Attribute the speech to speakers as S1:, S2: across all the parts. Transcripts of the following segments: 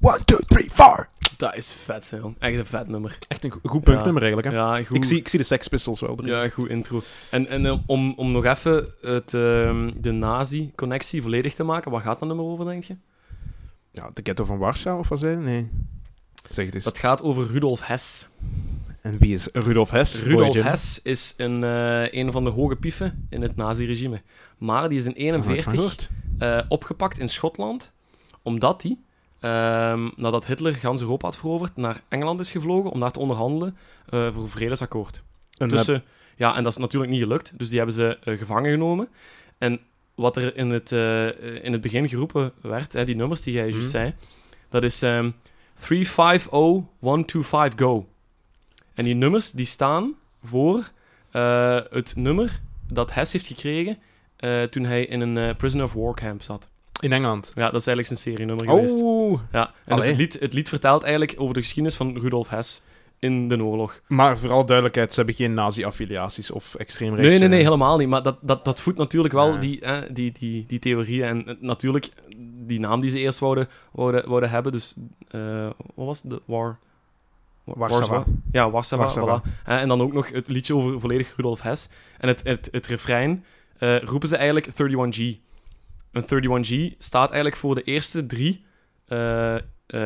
S1: One, two, three, four.
S2: Dat is vet, Sion. Echt een vet nummer.
S1: Echt een go- goed punknummer eigenlijk. Hè?
S2: Ja, goed.
S1: Ik, zie, ik zie de Sex Pistols wel erin.
S2: Ja, goed intro. En, en eh, om, om nog even het, ehm, de nazi-connectie volledig te maken, waar gaat dat nummer over, denk je?
S1: Ja, de ghetto van Warschau of wat zei je? Nee. Zeg het eens.
S2: Dat gaat over Rudolf Hess.
S1: En wie is Rudolf Hess?
S2: Rudolf
S1: Goeie, Jim.
S2: Hess is een, eh, een van de hoge pieven in het nazi-regime. Maar die is in
S1: Daar heb ik van gehoord.
S2: 1941 eh, opgepakt in Schotland, omdat hij, ehm, nadat Hitler gans Europa had veroverd, naar Engeland is gevlogen om daar te onderhandelen eh, voor een vredesakkoord.
S1: En dat-
S2: Tussen, Dus, eh, ja, en dat is natuurlijk niet gelukt, dus die hebben ze eh, gevangen genomen. En wat er in het, eh, eh, in het begin geroepen werd, hè, die nummers die jij juist
S1: Mhm.
S2: zei, dat is ehm oh, 350-125 Go. En die nummers die staan voor eh, het nummer dat Hess heeft gekregen eh, toen hij in een eh, Prisoner of War camp zat.
S1: eh, In Engeland.
S2: Ja, dat is eigenlijk zijn serienummer geweest.
S1: Oh,
S2: Ja. En dus
S1: Allee.
S2: het, lied, het lied vertelt eigenlijk over de geschiedenis van Rudolf Hess in de oorlog.
S1: maar vooral duidelijkheid, ze hebben geen nazi-affiliaties of extreem rechts.
S2: nee, nee, nee,
S1: eh,
S2: helemaal niet. Maar dat, dat, dat voedt natuurlijk wel
S1: Ja.
S2: die, hè, die, die, die theorieën. En eh, natuurlijk, die naam die ze eerst wouden, wouden, wouden hebben, dus... eh, wat was het? de War... Wa-
S1: Warschau.
S2: Ja, Warschau,
S1: Warschau.
S2: voilà. Hè, En dan ook nog het liedje over volledig Rudolf Hess. En het, het, het refrein eh, roepen ze eigenlijk 31G. Een 31G staat eigenlijk voor de eerste drie eh, eh,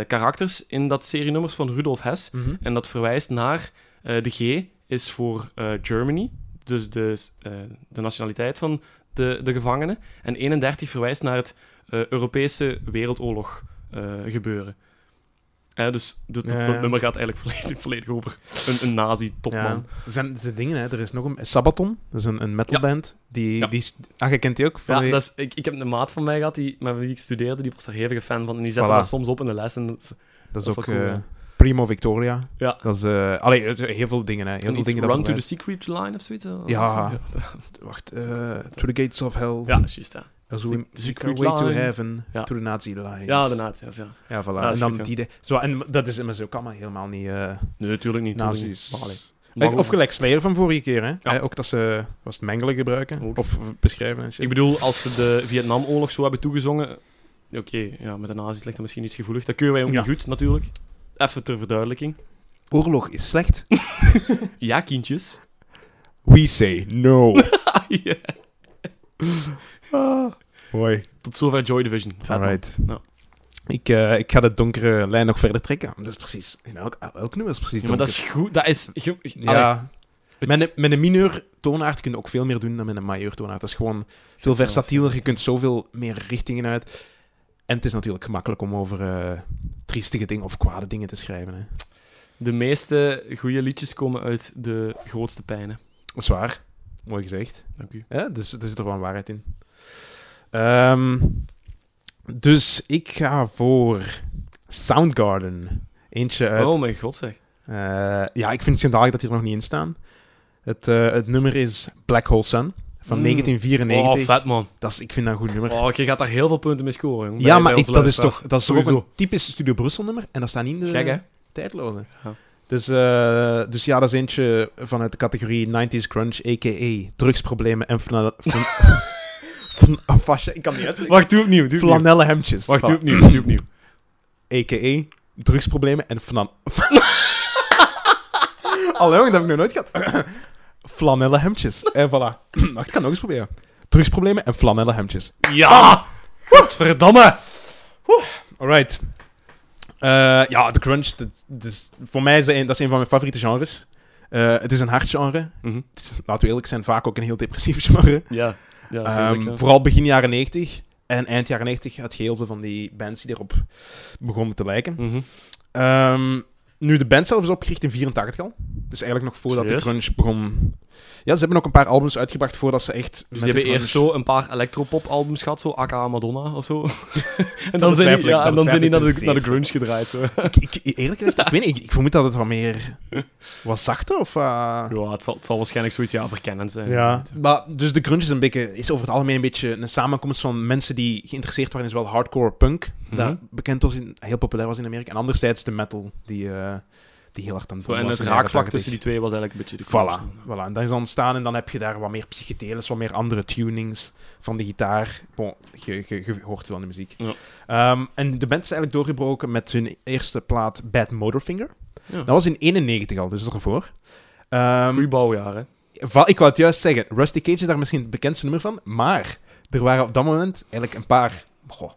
S2: karakters in dat serienummers van Rudolf Hess.
S1: Mhm.
S2: En dat verwijst naar eh, de G is voor eh, Germany, dus de, s- eh, de nationaliteit van de, de gevangenen. En 31 verwijst naar het eh, Europese wereldoorlog eh, gebeuren. Eh, dus dat, dat-
S1: Ja.
S2: dat nummer gaat eigenlijk volledig, volledig over een, een nazi-topman.
S1: Ja. Er zijn, er zijn dingen, hè. Er is nog een... Sabaton, dat is een, een metalband. Die,
S2: Ja.
S1: die... is- Ah, je kent die ook? Van
S2: Ja,
S1: die-
S2: dat is, ik, ik heb een maat van mij gehad die, met wie ik studeerde, die was daar hevige fan van. En die zette
S1: Voilà.
S2: dat soms op in de les. En, dat is-
S1: dat is
S2: dat is
S1: ook...
S2: wel cool,
S1: eh,
S2: hè.
S1: Primo Victoria.
S2: Ja.
S1: Dat is... eh, allee, eh, heel veel dingen, hè. Heel
S2: en
S1: veel
S2: iets
S1: dingen
S2: Run
S1: dat
S2: to the Secret Line of zoiets. eh,
S1: Ja.
S2: of zo.
S1: verwijst. Wacht. eh, to the gates of hell.
S2: Ja, juist. Ja,
S1: As
S2: Sec-
S1: we,
S2: Secret
S1: secret way to
S2: line.
S1: heaven.
S2: Ja.
S1: To the nazi lines.
S2: ja de nazi. Ja.
S1: Ja, voilà.
S2: Ja, dat
S1: en
S2: is
S1: dan
S2: goed, ja.
S1: die... de- Zo, en dat is immers ook allemaal helemaal niet... eh,
S2: Nee, natuurlijk niet. tuurlijk
S1: nazi's.
S2: niet. Maar allee.
S1: Eh,
S2: Maar
S1: of
S2: goed.
S1: gelijk Slayer van vorige keer, hè? Eh, ook dat ze was het mengelen gebruiken.
S2: Ook.
S1: Of beschrijven en shit.
S2: Ik bedoel, als ze de Vietnamoorlog zo hebben toegezongen. Oké, ja, met de nazi's ligt dat misschien iets gevoelig. Dat kunnen wij ook
S1: Ja.
S2: niet goed, natuurlijk. Even ter verduidelijking.
S1: Oorlog is slecht.
S2: Ja, kindjes.
S1: We say no.
S2: Ah, ja.
S1: Ah. Hoi.
S2: Tot zover Joy Division. Vet, man.
S1: Alright.
S2: Ja.
S1: Ik, eh, ik ga de donkere lijn nog verder trekken. Dat is precies... In elk, elk nummer is precies
S2: Ja, maar dat is goed. Dat is... ge- ge- allee,
S1: Ja. Met een, met een mineur toonaard kun je ook veel meer doen dan met een majeur toonaard. Dat is gewoon veel versatieler. Je kunt zoveel meer richtingen uit. En het is natuurlijk gemakkelijk om over eh, triestige dingen of kwade dingen te schrijven. Hè.
S2: De meeste goede liedjes komen uit de grootste pijnen.
S1: Dat is waar. Mooi gezegd.
S2: Dank u.
S1: Ja, dus er zit er wel een waarheid in. Ehm, dus ik ga voor Soundgarden. Eentje uit...
S2: Oh mijn god, zeg.
S1: eh, ja, ik vind het schandalig dat die er nog niet in staan. Het, eh, het nummer is Black Hole Sun van
S2: Mm. Oh,
S1: 1994.
S2: vet, man.
S1: dat is, ik vind dat een goed nummer.
S2: Oh, je gaat daar heel veel punten mee scoren, jong,
S1: ja,
S2: bij-
S1: maar
S2: bij
S1: ik,
S2: onze
S1: dat is
S2: luisteraars.
S1: toch, dat is toch ook
S2: Sowieso.
S1: een typisch Studio Brussel nummer. En dat staat niet in de
S2: Dat is gek, hè?
S1: tijdloze.
S2: Ja.
S1: Dus, eh, dus ja, dat is eentje vanuit de categorie 90s grunge, a.k.a. drugsproblemen en flan... flan- flan- ah, fascia- Ik kan niet uitspreken.
S2: Wacht, doe opnieuw. Doe opnieuw.
S1: Flanellen hemdjes.
S2: Wacht, doe
S1: Voilà.
S2: opnieuw. Doe opnieuw.
S1: Ah, A.k.a. drugsproblemen en flan... Allee, jong, dat heb ik nog nooit gehad. flanellen hemdjes. En voilà. Wacht, ik ga nog eens proberen. Drugsproblemen en flanellen hemdjes.
S2: Ja! Godverdamme!
S1: Alright. Eh, ja, de grunge, dat, dat is, voor mij is dat een, dat is een van mijn favoriete genres. Eh, het is een hard genre. Het is, laten we eerlijk zijn, vaak ook een heel depressief genre.
S2: Ja. Ja,
S1: Ehm,
S2: tuurlijk, ja.
S1: Vooral begin jaren 90 en eind jaren 90 had je heel veel van die bands die erop begonnen te lijken.
S2: Mhm.
S1: Ehm, nu, de band zelf is opgericht in 84 al. Dus eigenlijk nog voordat
S2: Serieus?
S1: de grunge begon. Ja, ze hebben ook een paar albums uitgebracht voordat ze echt...
S2: Dus
S1: met
S2: die
S1: de
S2: hebben eerst
S1: grunge-
S2: zo een paar electropop-albums gehad, zo aka Madonna of zo. en dan
S1: betwijfel
S2: zijn
S1: ik,
S2: die, ja,
S1: dat
S2: en dan zijn die naar,
S1: betwijfel ik
S2: de,
S1: ten
S2: naar de
S1: zeerste.
S2: grunge gedraaid. Zo.
S1: Ik, ik- eerlijk gezegd, ik weet niet. Ik, ik vermoed dat het wat meer... Wat zachter of... eh,
S2: Ja, het zal, het zal waarschijnlijk zoiets ja, verkennend zijn.
S1: Ja, maar dus de grunge is, een beetje, is over het algemeen een beetje een samenkomst van mensen die geïnteresseerd waren in zowel hardcore punk,
S2: Mhm.
S1: dat bekend was in, heel populair was in Amerika, en anderzijds de metal, die, eh, die heel hard aan het
S2: Zo,
S1: doen
S2: en
S1: was
S2: het
S1: in de jaren
S2: raakvlak
S1: 80.
S2: tussen die twee was eigenlijk een beetje de
S1: Voilà,
S2: connection.
S1: voilà. En dat is dan ontstaan en dan heb je daar wat meer psychedelics, wat meer andere tunings van de gitaar. Bon, je, je, je hoort wel in de muziek.
S2: Ja.
S1: Ehm, en de band is eigenlijk doorgebroken met hun eerste plaat Bad Motorfinger.
S2: Ja.
S1: Dat was in 91 al, dus ervoor. Ehm,
S2: Goeie bouwjaar, hè.
S1: Va- ik wou het juist zeggen. Rusty Cage is daar misschien het bekendste nummer van. Maar er waren op dat moment eigenlijk een paar... Goh,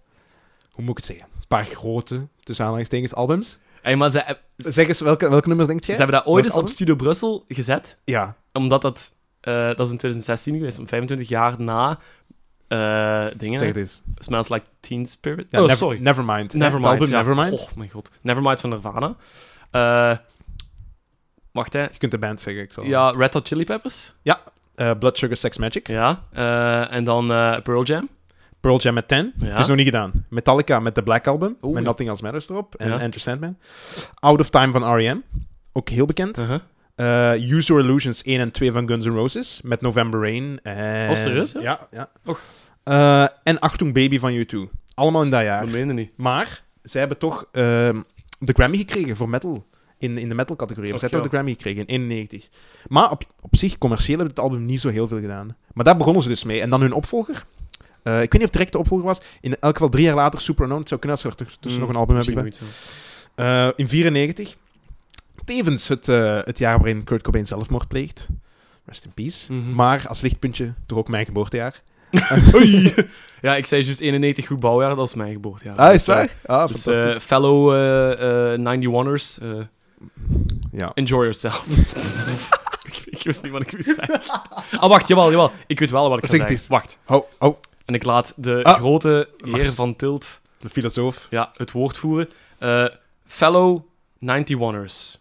S1: hoe moet ik het zeggen? Een paar grote, tussen aanhalingstekens, albums.
S2: Hey, maar ze,
S1: Zeg eens, welke, welke nummers denk
S2: ze
S1: jij?
S2: hebben dat ooit
S1: Welk
S2: eens op
S1: album?
S2: Studio Brussel gezet,
S1: Ja.
S2: omdat dat... eh, dat was in 2016 geweest, om 25 jaar na eh, dingen.
S1: Zeg het eens.
S2: Smells Like Teen Spirit.
S1: Ja,
S2: oh,
S1: Never-
S2: sorry.
S1: Nevermind.
S2: Nevermind.
S1: Het album
S2: ja.
S1: Nevermind.
S2: Oh, mijn god. Nevermind van Nirvana. Eh, wacht, hè.
S1: Je kunt de band zeggen, ik zal...
S2: Ja, Red Hot Chili Peppers.
S1: Eh, Blood Sugar Sex Magic.
S2: Ja. eh, en dan eh, Pearl Jam.
S1: Pearl Jam met 10.
S2: Ja.
S1: Het is nog niet gedaan. Metallica met The Black Album.
S2: Oeh,
S1: met
S2: ja.
S1: Nothing Else Matters erop. En
S2: Ja.
S1: Enter Sandman. Out of Time van R.E.M. Ook heel bekend.
S2: Uh-huh.
S1: Eh, Use Your Illusions 1 en 2 van Guns N' Roses. Met November Rain. En...
S2: Oh, serieus, hè?
S1: Ja. ja.
S2: Och.
S1: Eh, en Achtung Baby van U2. Allemaal in dat jaar.
S2: Dat meen je niet.
S1: Maar zij hebben toch ehm, de Grammy gekregen voor metal. In, in de metal categorie. Ze
S2: Och,
S1: hebben zij toch
S2: ja.
S1: de Grammy gekregen in 91. Maar op, op zich, commercieel hebben het album niet zo heel veel gedaan. Maar daar begonnen ze dus mee. En dan hun opvolger. Eh, ik weet niet of het direct de opvolger was. In elk geval drie jaar later, Supernova. Het zou kunnen dat ze er tuss- tussen Dus nog een album hebben
S2: Hmm, Mm. Misschien
S1: gedaan.
S2: moet je het zo.
S1: Eh, in 94. Tevens het, eh, het jaar waarin Kurt Cobain zelfmoord pleegt. Rest in peace.
S2: Mhm.
S1: Maar als lichtpuntje, toch ook mijn geboortejaar.
S2: Oei. Ja, ik zei juist 91 goed bouwjaar, dat is mijn geboortejaar.
S1: Ah, is het
S2: Dus,
S1: waar? Ah,
S2: eh, Dus eh,
S1: fantastisch.
S2: fellow eh, eh, 91ers, eh,
S1: ja.
S2: enjoy yourself. ik, ik wist niet wat ik moest zeggen. Ah, wacht, jawel, jawel. Ik weet wel wat
S1: Zeg
S2: ik ga
S1: het
S2: zeggen.
S1: eens.
S2: Wacht.
S1: Oh, oh,
S2: En ik laat de
S1: Ah.
S2: grote heer
S1: Mars.
S2: van Tilt
S1: de filosoof.
S2: ja, het woord voeren. Eh, fellow 91ers.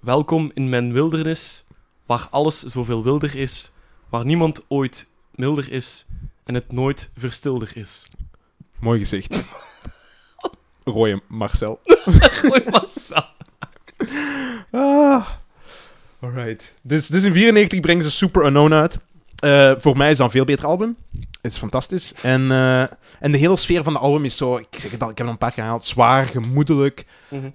S2: Welkom in mijn wildernis, waar alles zoveel wilder is, waar niemand ooit milder is en het nooit verstilder is.
S1: Mooi gezicht. Rooie Marcel.
S2: Gooi massa.
S1: Ah. Alright. Dus, dus in 94 brengen ze Super Unknown uit. Eh, voor mij is dat een veel beter album. Het is fantastisch. En, eh, en de hele sfeer van het album is zo, ik zeg het al, ik heb het al een paar keer gehaald, zwaar, gemoedelijk,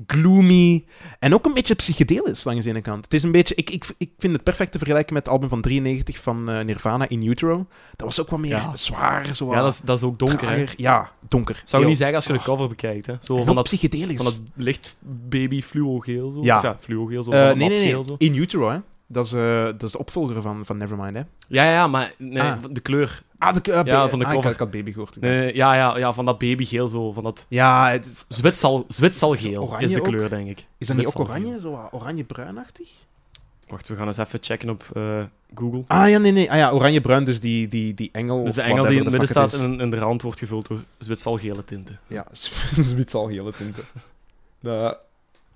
S1: gloomy. En ook een beetje psychedelisch langs de ene kant. Het is een beetje, ik, ik, ik vind het perfect te vergelijken met het album van 93 van eh, Nirvana, In Utero. Dat was ook wat meer
S2: Ja.
S1: zwaar, zo wat
S2: Ja, dat is, dat is ook donker. Hè?
S1: trager. Ja, donker.
S2: Zou je
S1: Heel-
S2: niet zeggen als je de cover bekijkt, hè? Zo
S1: heel
S2: van dat,
S1: psychedelisch.
S2: van dat licht baby fluogeel zo.
S1: Ja.
S2: Of ja, fluogeel zo.
S1: Eh,
S2: van dat
S1: nee, nee,
S2: matgeel
S1: nee.
S2: zo.
S1: In Utero, hè. Dat is, eh, dat is de opvolger van, van Nevermind, hè.
S2: Ja, ja, maar nee,
S1: Ah.
S2: de kleur.
S1: Ah, de, eh,
S2: Ja,
S1: ba-
S2: van de
S1: ah,
S2: cover.
S1: Ik, had Baby gehoord. ik
S2: Nee,
S1: dacht.
S2: nee, ja, ja, ja, van dat babygeel zo. Van dat
S1: Ja, het-
S2: Zwitsal, Zwitsalgeel
S1: Oranje
S2: is de
S1: ook?
S2: kleur, denk ik.
S1: is dat niet ook
S2: Zwitsalgeel.
S1: oranje? Zo wat oranje-bruinachtig?
S2: Wacht, we gaan eens even checken op eh, Google.
S1: Ah, ja, nee, nee. Ah ja, oranje-bruin, dus die, die, die engel
S2: dus de
S1: of
S2: engel die in
S1: whatever
S2: het
S1: the
S2: midden
S1: fuck
S2: staat
S1: it is.
S2: en, en de rand wordt gevuld door Zwitsalgele tinten.
S1: Ja, zwits al hele tinten. Dat...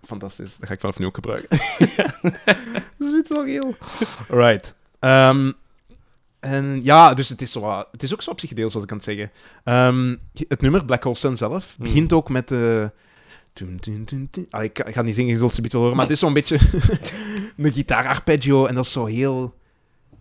S1: Fantastisch. Dat ga ik vanaf nu ook gebruiken. Zwits al geel. Right. Ehm, en ja, dus het is, zo, wat- het is ook zo psychedeels, wat ik kan zeggen. Ehm, het nummer, Black Hole Sun zelf,
S2: Hmm.
S1: begint ook met... eh, dun, dun, dun, dun. Ah, ik, ik ga niet zingen, je zult ze wel horen, maar het is zo'n beetje een gitaar-arpeggio en dat is zo heel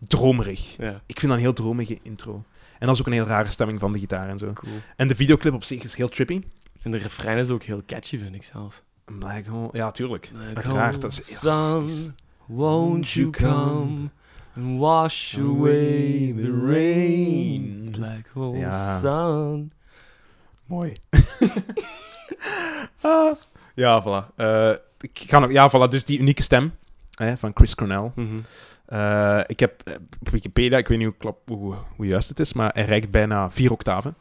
S1: dromerig.
S2: Ja,
S1: Ik vind dat een heel dromige intro. En dat is ook een heel rare stemming van de gitaar en zo.
S2: cool.
S1: En de videoclip op zich is heel trippy.
S2: En de refrein is ook heel catchy, vind ik zelfs.
S1: Een Black hole, ja, tuurlijk.
S2: Uiteraard, dat is... Sun, won't you come and wash away the rain? Black hole
S1: Ja.
S2: sun.
S1: Mooi. Ah, ja, voilà. Eh, ik ga nog, ja, voilà. Dus die unieke stem hè, van Chris Cornell.
S2: Mhm.
S1: Eh, ik heb eh, op Wikipedia, ik weet niet hoe, klap, hoe, hoe juist het is, maar hij reikt bijna vier octaven.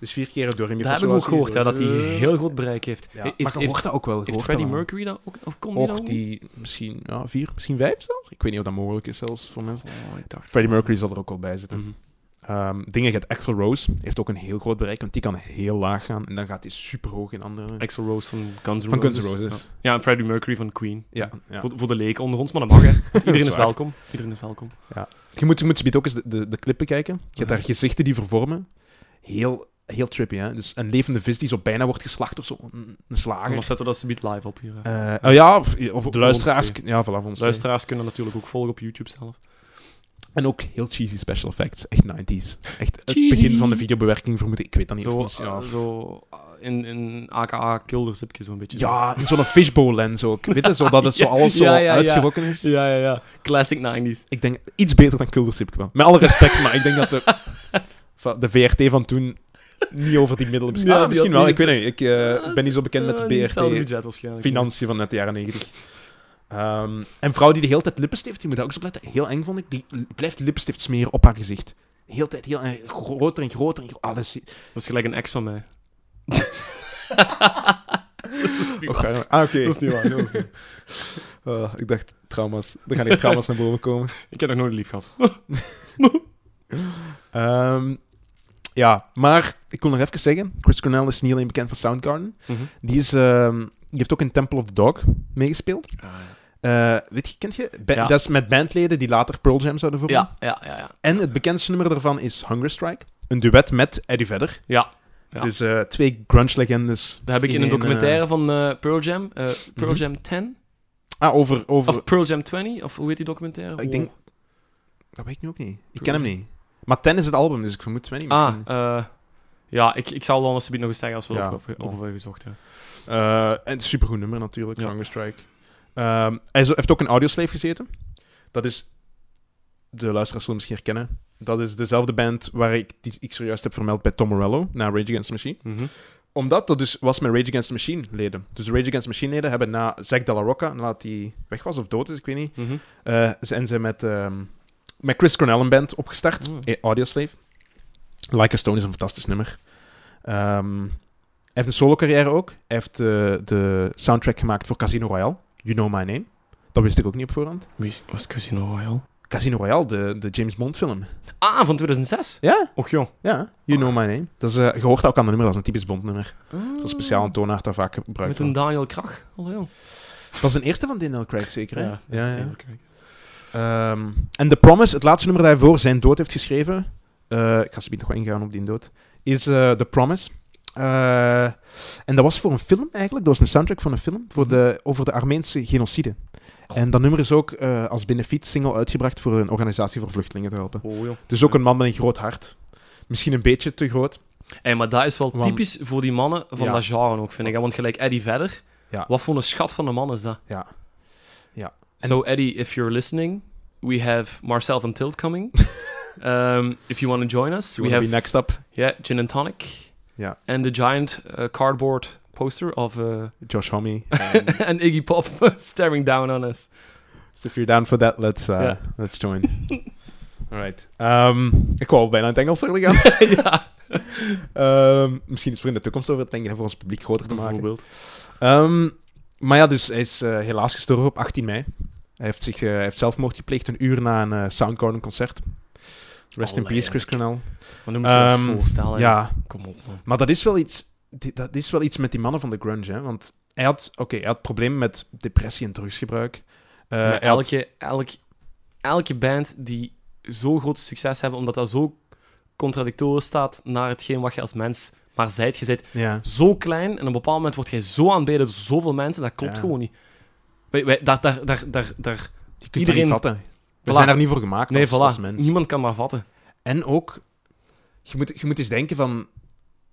S1: Dus vier keer door hem.
S2: Dat heb ik ook gehoord, ja, dat hij heel groot bereik heeft.
S1: Ja,
S2: Heeft-
S1: maar je hoort
S2: heeft-
S1: dat ook wel. je
S2: Heeft
S1: hoort
S2: Freddie
S1: dat wel.
S2: Mercury dat ook? Of kon die dat
S1: Och,
S2: ook niet?
S1: die misschien ja, vier, misschien vijf zelfs. Ik weet niet of dat mogelijk is zelfs voor mensen.
S2: Oh, ik dacht...
S1: Freddie Mercury zal er ook wel bij zitten.
S2: Mhm.
S1: Ehm, dingen gaat Axel Rose heeft ook een heel groot bereik, want die kan heel laag gaan en dan gaat hij super hoog in andere.
S2: Axel Rose van Guns N'
S1: Van Guns
S2: Roses.
S1: N' Roses.
S2: Ja, en Freddie Mercury van Queen.
S1: Ja, ja.
S2: Voor, voor de leken onder ons, maar dat mag, hè. Want
S1: Dat is
S2: Iedereen is
S1: waar.
S2: welkom. Iedereen is welkom.
S1: Je moet, je moet zometeen ook eens de, de, de clip bekijken. Je hebt
S2: Ja.
S1: daar gezichten die vervormen. Heel, heel trippy, hè. Dus een levende vis die zo bijna wordt geslacht door zo'n een slager.
S2: Anders zetten we dat subiet live op hier. hè.
S1: Eh, oh ja, of, of
S2: voor
S1: de luisteraars.
S2: ons
S1: Ja, voilà, voor ons
S2: Luisteraars kunnen natuurlijk ook volgen op YouTube zelf.
S1: twee. En ook heel cheesy special effects. Echt 90s. Echt het
S2: Cheesy.
S1: begin van de videobewerking vermoed ik. Ik weet dat niet. of
S2: Zo,
S1: ons- ja.
S2: eh, zo eh, in, in aka kilderzipje zo'n beetje.
S1: Ja, in zo'n fishbowl-lens ook. Weet je, zodat het zo alles zo
S2: Ja, ja, ja.
S1: uitgerokken is.
S2: Ja, ja, ja. Classic 90s.
S1: Ik denk iets beter dan Kuldersip wel. Met alle respect, maar ik denk dat de, van de VRT van toen niet over die middelen beschikt.
S2: Ja,
S1: Ah,
S2: die
S1: misschien
S2: had
S1: wel, ik
S2: niet
S1: weet niet. Ik eh, ben niet zo bekend met
S2: Eh,
S1: de
S2: niet Hetzelfde
S1: BRT.
S2: budget waarschijnlijk.
S1: Financiën van net de jaren 90. Ehm, en vrouw die de hele tijd lippenstift, die moet daar ook zo op letten. Heel eng vond ik. Die l- blijft lippenstift smeren op haar gezicht. Heel tijd heel en groter en groter en gro- ah, dat is-
S2: Dat is gelijk een ex van mij.
S1: Och, ah, oké.
S2: Dat is niet waar. dat is niet waar.
S1: Ah, ik dacht trauma's. Er gaan hier trauma's naar boven komen.
S2: Ik heb nog nooit lief gehad.
S1: Ehm, ja, maar ik wil nog even zeggen: Chris Cornell is niet alleen bekend van Soundgarden.
S2: Mhm.
S1: Die, is, ehm, die heeft ook in Temple of the Dog meegespeeld. Eh, weet je, kent je? Ba-
S2: Ja.
S1: Dat is met bandleden die later Pearl Jam zouden vormen.
S2: ja, ja, ja, ja.
S1: En het bekendste nummer daarvan is Hunger Strike. Een duet met Eddie Vedder.
S2: Ja, ja.
S1: Dus eh, twee grunge-legendes.
S2: Dat heb ik in, een
S1: één,
S2: documentaire van eh, Pearl Jam, eh, Pearl
S1: Mhm.
S2: Jam 10,
S1: eh, ah, over... over
S2: of Pearl Jam 20, of hoe heet die documentaire?
S1: ik
S2: Oh.
S1: denk... Dat weet ik nu ook niet. Ik ken hem niet. Maar Ten is het album, dus ik vermoed 20
S2: Ah,
S1: misschien.
S2: eh, ja, ik, ik zal dan alsjeblieft nog eens zeggen als we
S1: Ja,
S2: erop over,
S1: ja.
S2: over gezocht hebben.
S1: Eh, en het is een supergoed nummer natuurlijk,
S2: Ja.
S1: Hunger Strike. Ehm, hij zo- heeft ook in Audioslave gezeten. Dat is... De luisteraars zullen misschien herkennen. Dat is dezelfde band waar ik, die ik zojuist heb vermeld bij Tom Morello, na Rage Against the Machine.
S2: Mhm,
S1: Omdat dat dus was met Rage Against the Machine leden. Dus Rage Against the Machine leden hebben na Zack Della Rocca, nadat hij weg was of dood is, ik weet niet,
S2: Mhm.
S1: eh, zijn ze met, ehm, met Chris Cornell een band opgestart,
S2: Oh.
S1: eh, Audioslave. Like a Stone is een fantastisch nummer. Ehm, hij heeft een solo-carrière ook. Hij heeft eh, de soundtrack gemaakt voor Casino Royale, You Know My Name. Dat wist ik ook niet op voorhand.
S2: Wie is- was Casino Royale?
S1: Casino Royale, de, de James Bond film.
S2: Ah, van 2006?
S1: Ja,
S2: Och joh.
S1: ja, You Know My Name. Dat is, eh, je hoort dat ook aan de nummer, dat is een typisch Bond nummer. Zo'n speciaal een toonaard dat vaak gebruikt
S2: Met
S1: wordt.
S2: een Daniel Krach. Oh, joh.
S1: Dat was een eerste van Daniel Craig, zeker? Hè? ja, ja.
S2: Daniel Craig.
S1: Ehm, en The Promise, het laatste nummer dat hij voor zijn dood heeft geschreven, eh, ik ga zo nog wel ingaan op die dood, is eh, The Promise. Eh, en dat was voor een film eigenlijk, dat was een soundtrack van een film voor de, over de Armeense genocide. En dat nummer is ook eh, als benefietsingle uitgebracht voor een organisatie voor vluchtelingen te helpen.
S2: Oh, joh.
S1: Dus ook een man met een groot hart. Misschien een beetje te groot.
S2: Hey, maar dat is wel
S1: Want-
S2: typisch voor die mannen van
S1: Ja.
S2: dat genre ook, vind ik. hè. Want gelijk Eddie verder.
S1: Ja.
S2: Wat voor een schat van een man is dat?
S1: Ja. Ja.
S2: So, Eddie, if you're listening, we have Marcel van Tilt coming. um, if you want to join us, we
S1: Wanna
S2: have
S1: be next up,
S2: yeah, Gin and Tonic.
S1: Ja.
S2: And the giant uh, cardboard poster of uh,
S1: Josh Homme. Um,
S2: an Iggy Pop staring down on us.
S1: So if you're down for that, let's, uh,
S2: Ja.
S1: let's join. Alright. Ehm, ik wou al bijna in het Engels zeggen gaan.
S2: ja,
S1: Ehm, misschien is voor in de toekomst over het denken en voor ons publiek groter te maken.
S2: bijvoorbeeld.
S1: Ehm, maar ja, dus hij is eh, helaas gestorven op 18 mei. Hij heeft, zich, eh, hij heeft zelfmoord gepleegd een uur na een eh, Soundgarden concert. Rest in
S2: Allee,
S1: peace, Chris Cornell.
S2: Maar nu moet je je dat eens
S1: Ehm,
S2: voorstellen. hè.
S1: Ja, Eh,
S2: Kom op, man.
S1: maar dat is wel iets, di- dat is wel iets met die mannen van de grunge, hè? Want hij had, oké, hij had problemen met depressie en drugsgebruik. Eh,
S2: Maar
S1: hij had-
S2: elke, elk, elke band die zo groot succes hebben, omdat dat zo contradictorisch staat naar hetgeen wat je als mens maar zijt. Je zijt
S1: ja.
S2: zo klein en op een bepaald moment word jij zo aanbeden door zoveel mensen, dat klopt
S1: Ja.
S2: gewoon niet. Wij, wij, daar, daar, daar, daar, daar,
S1: Je kunt
S2: Iedereen-
S1: Iedereen... niet vatten. We
S2: Voilà.
S1: zijn daar niet voor gemaakt
S2: nee,
S1: als, als
S2: voilà.
S1: mens.
S2: Niemand kan dat vatten.
S1: En ook, je moet, je moet eens denken van...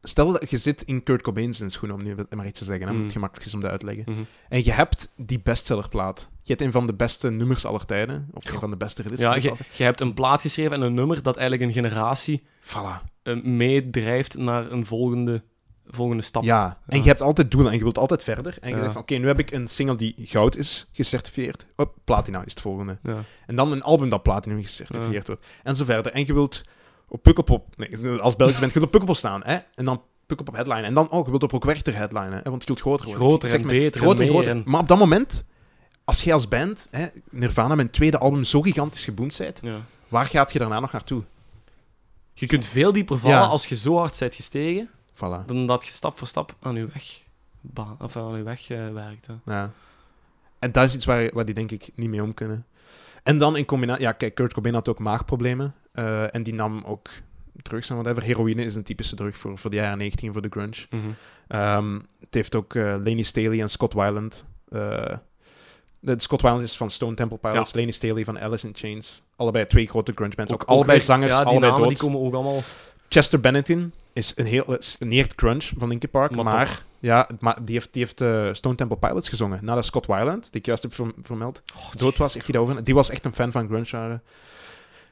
S1: Stel dat je zit in Kurt Cobain zijn schoenen, om nu maar iets te zeggen, hè, omdat
S2: Mm.
S1: het gemakkelijk is om dat uit te leggen.
S2: Mhm.
S1: En je hebt die bestsellerplaat. Je hebt een van de beste nummers aller tijden. Of een van de beste releases.
S2: Ja, je, je hebt een plaat geschreven en een nummer dat eigenlijk een generatie
S1: Voilà.
S2: eh, meedrijft naar een volgende, volgende stap.
S1: Ja. En
S2: Ja.
S1: je hebt altijd doelen en je wilt altijd verder. En je
S2: Ja.
S1: denkt van, oké, nu heb ik een single die goud is, gecertificeerd. Op, platina is het volgende.
S2: Ja.
S1: En dan een album dat platinum gecertificeerd wordt. En zo verder. En je wilt op Pukkelpop... Nee, als Belgisch bent, je wilt op Pukkelpop staan, hè. En dan Pukkelpop headline. En dan, oh, je wilt op Rockwerchter headlinen, hè, want je wilt groter worden.
S2: Groter
S1: Ik zeg
S2: en
S1: maar,
S2: beter en
S1: groter,
S2: meer
S1: groter.
S2: en-
S1: Maar op dat moment, als jij als band, hè, Nirvana, mijn tweede album, zo gigantisch geboomd bent,
S2: Ja.
S1: waar gaat je daarna nog naartoe?
S2: Je kunt veel dieper vallen
S1: Ja.
S2: als je zo hard bent gestegen,
S1: Voilà.
S2: dan dat je stap voor stap aan je weg, ba- of aan je weg eh, werkt. hè.
S1: Ja. En dat is iets waar, waar die denk ik niet mee om kunnen. En dan in combinatie... Ja, kijk, Kurt Cobain had ook maagproblemen. eh, en die nam ook drugs en whatever. Heroïne is een typische drug voor, voor de jaren 19, voor de grunge. Ehm, het heeft ook eh Laney Staley en Scott Weiland. eh, de- Scott Weiland is van Stone Temple Pilots, Laney Staley van Alice in Chains. Allebei twee grote grunge bands. Ook, allebei
S2: weer-
S1: zangers,
S2: ja, die
S1: allebei
S2: namen
S1: dood.
S2: die komen ook allemaal.
S1: Chester Bennington is een heel... Is niet echt Crunch van Linkin Park, maar...
S2: Maar
S1: ja, maar die heeft, die heeft eh, Stone Temple Pilots gezongen. Nadat Scott Weiland, die ik juist heb verm- vermeld, Oh, dood was, heeft hij dat ook... Die was echt een fan van grunge jaren.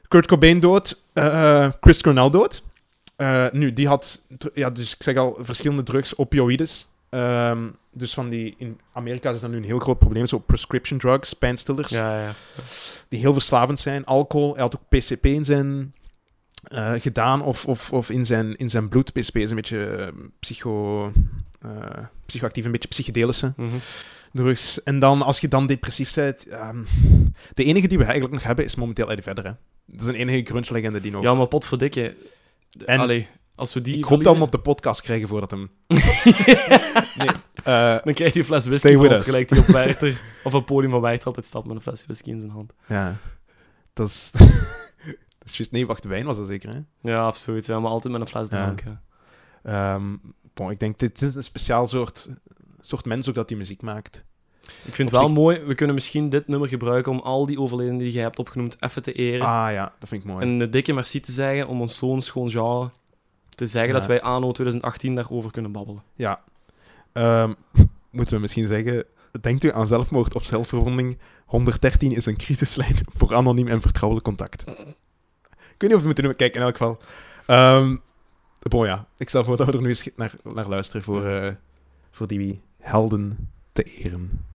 S1: Kurt Cobain dood. eh, eh, Chris Cornell dood. Eh, nu, die had... dr- Ja, dus ik zeg al, verschillende drugs, opioïdes. Ehm, dus van die... In Amerika is dat nu een heel groot probleem. Zo prescription drugs, pijnstillers
S2: Ja, ja.
S1: die heel verslavend zijn. Alcohol, hij had ook PCP in zijn eh, gedaan of, of, of in, zijn, in zijn bloed. PCP is een beetje eh, psycho, eh, psychoactief, een beetje psychedelische
S2: Mhm.
S1: drugs. En dan, als je dan depressief bent... ehm, de enige die we eigenlijk nog hebben, is momenteel Eddie Vedder. Hè. Dat is een enige grunge-legende die nog...
S2: ja, maar potverdikke. De-
S1: En-
S2: Allee, als we die
S1: ik hoop dat we hem op de podcast krijgen voordat hem... nee, eh,
S2: Dan krijgt hij een fles
S1: Stay
S2: whisky van
S1: with
S2: ons,
S1: us.
S2: gelijk die op Werther, of op het podium van Werther altijd stapt met een fles whisky in zijn hand.
S1: ja, dat is... dat is juist... Nee, wacht, wijn was dat zeker, hè?
S2: Ja, of zoiets, ja, maar altijd met een fles
S1: Ja.
S2: drank. Ja.
S1: Ehm, bon, ik denk, dit is een speciaal soort, soort mens ook dat die muziek maakt.
S2: Ik vind
S1: Op
S2: het wel
S1: zich-
S2: mooi, we kunnen misschien dit nummer gebruiken om al die overledenen die je hebt opgenoemd even te eren.
S1: Ah ja, dat vind ik mooi.
S2: En een dikke merci te zeggen om ons zo'n schoon genre te zeggen
S1: Ja.
S2: dat wij anno 2018 daarover kunnen babbelen.
S1: Ja. Ehm, moeten we misschien zeggen, denkt u aan zelfmoord of zelfverwonding? 113 is een crisislijn voor anoniem en vertrouwelijk contact. Ik weet niet of we het moeten doen, maar kijk, in elk geval. Ehm bon ja, ik stel voor dat we er nu eens naar, naar luisteren voor, eh, voor die helden te eren.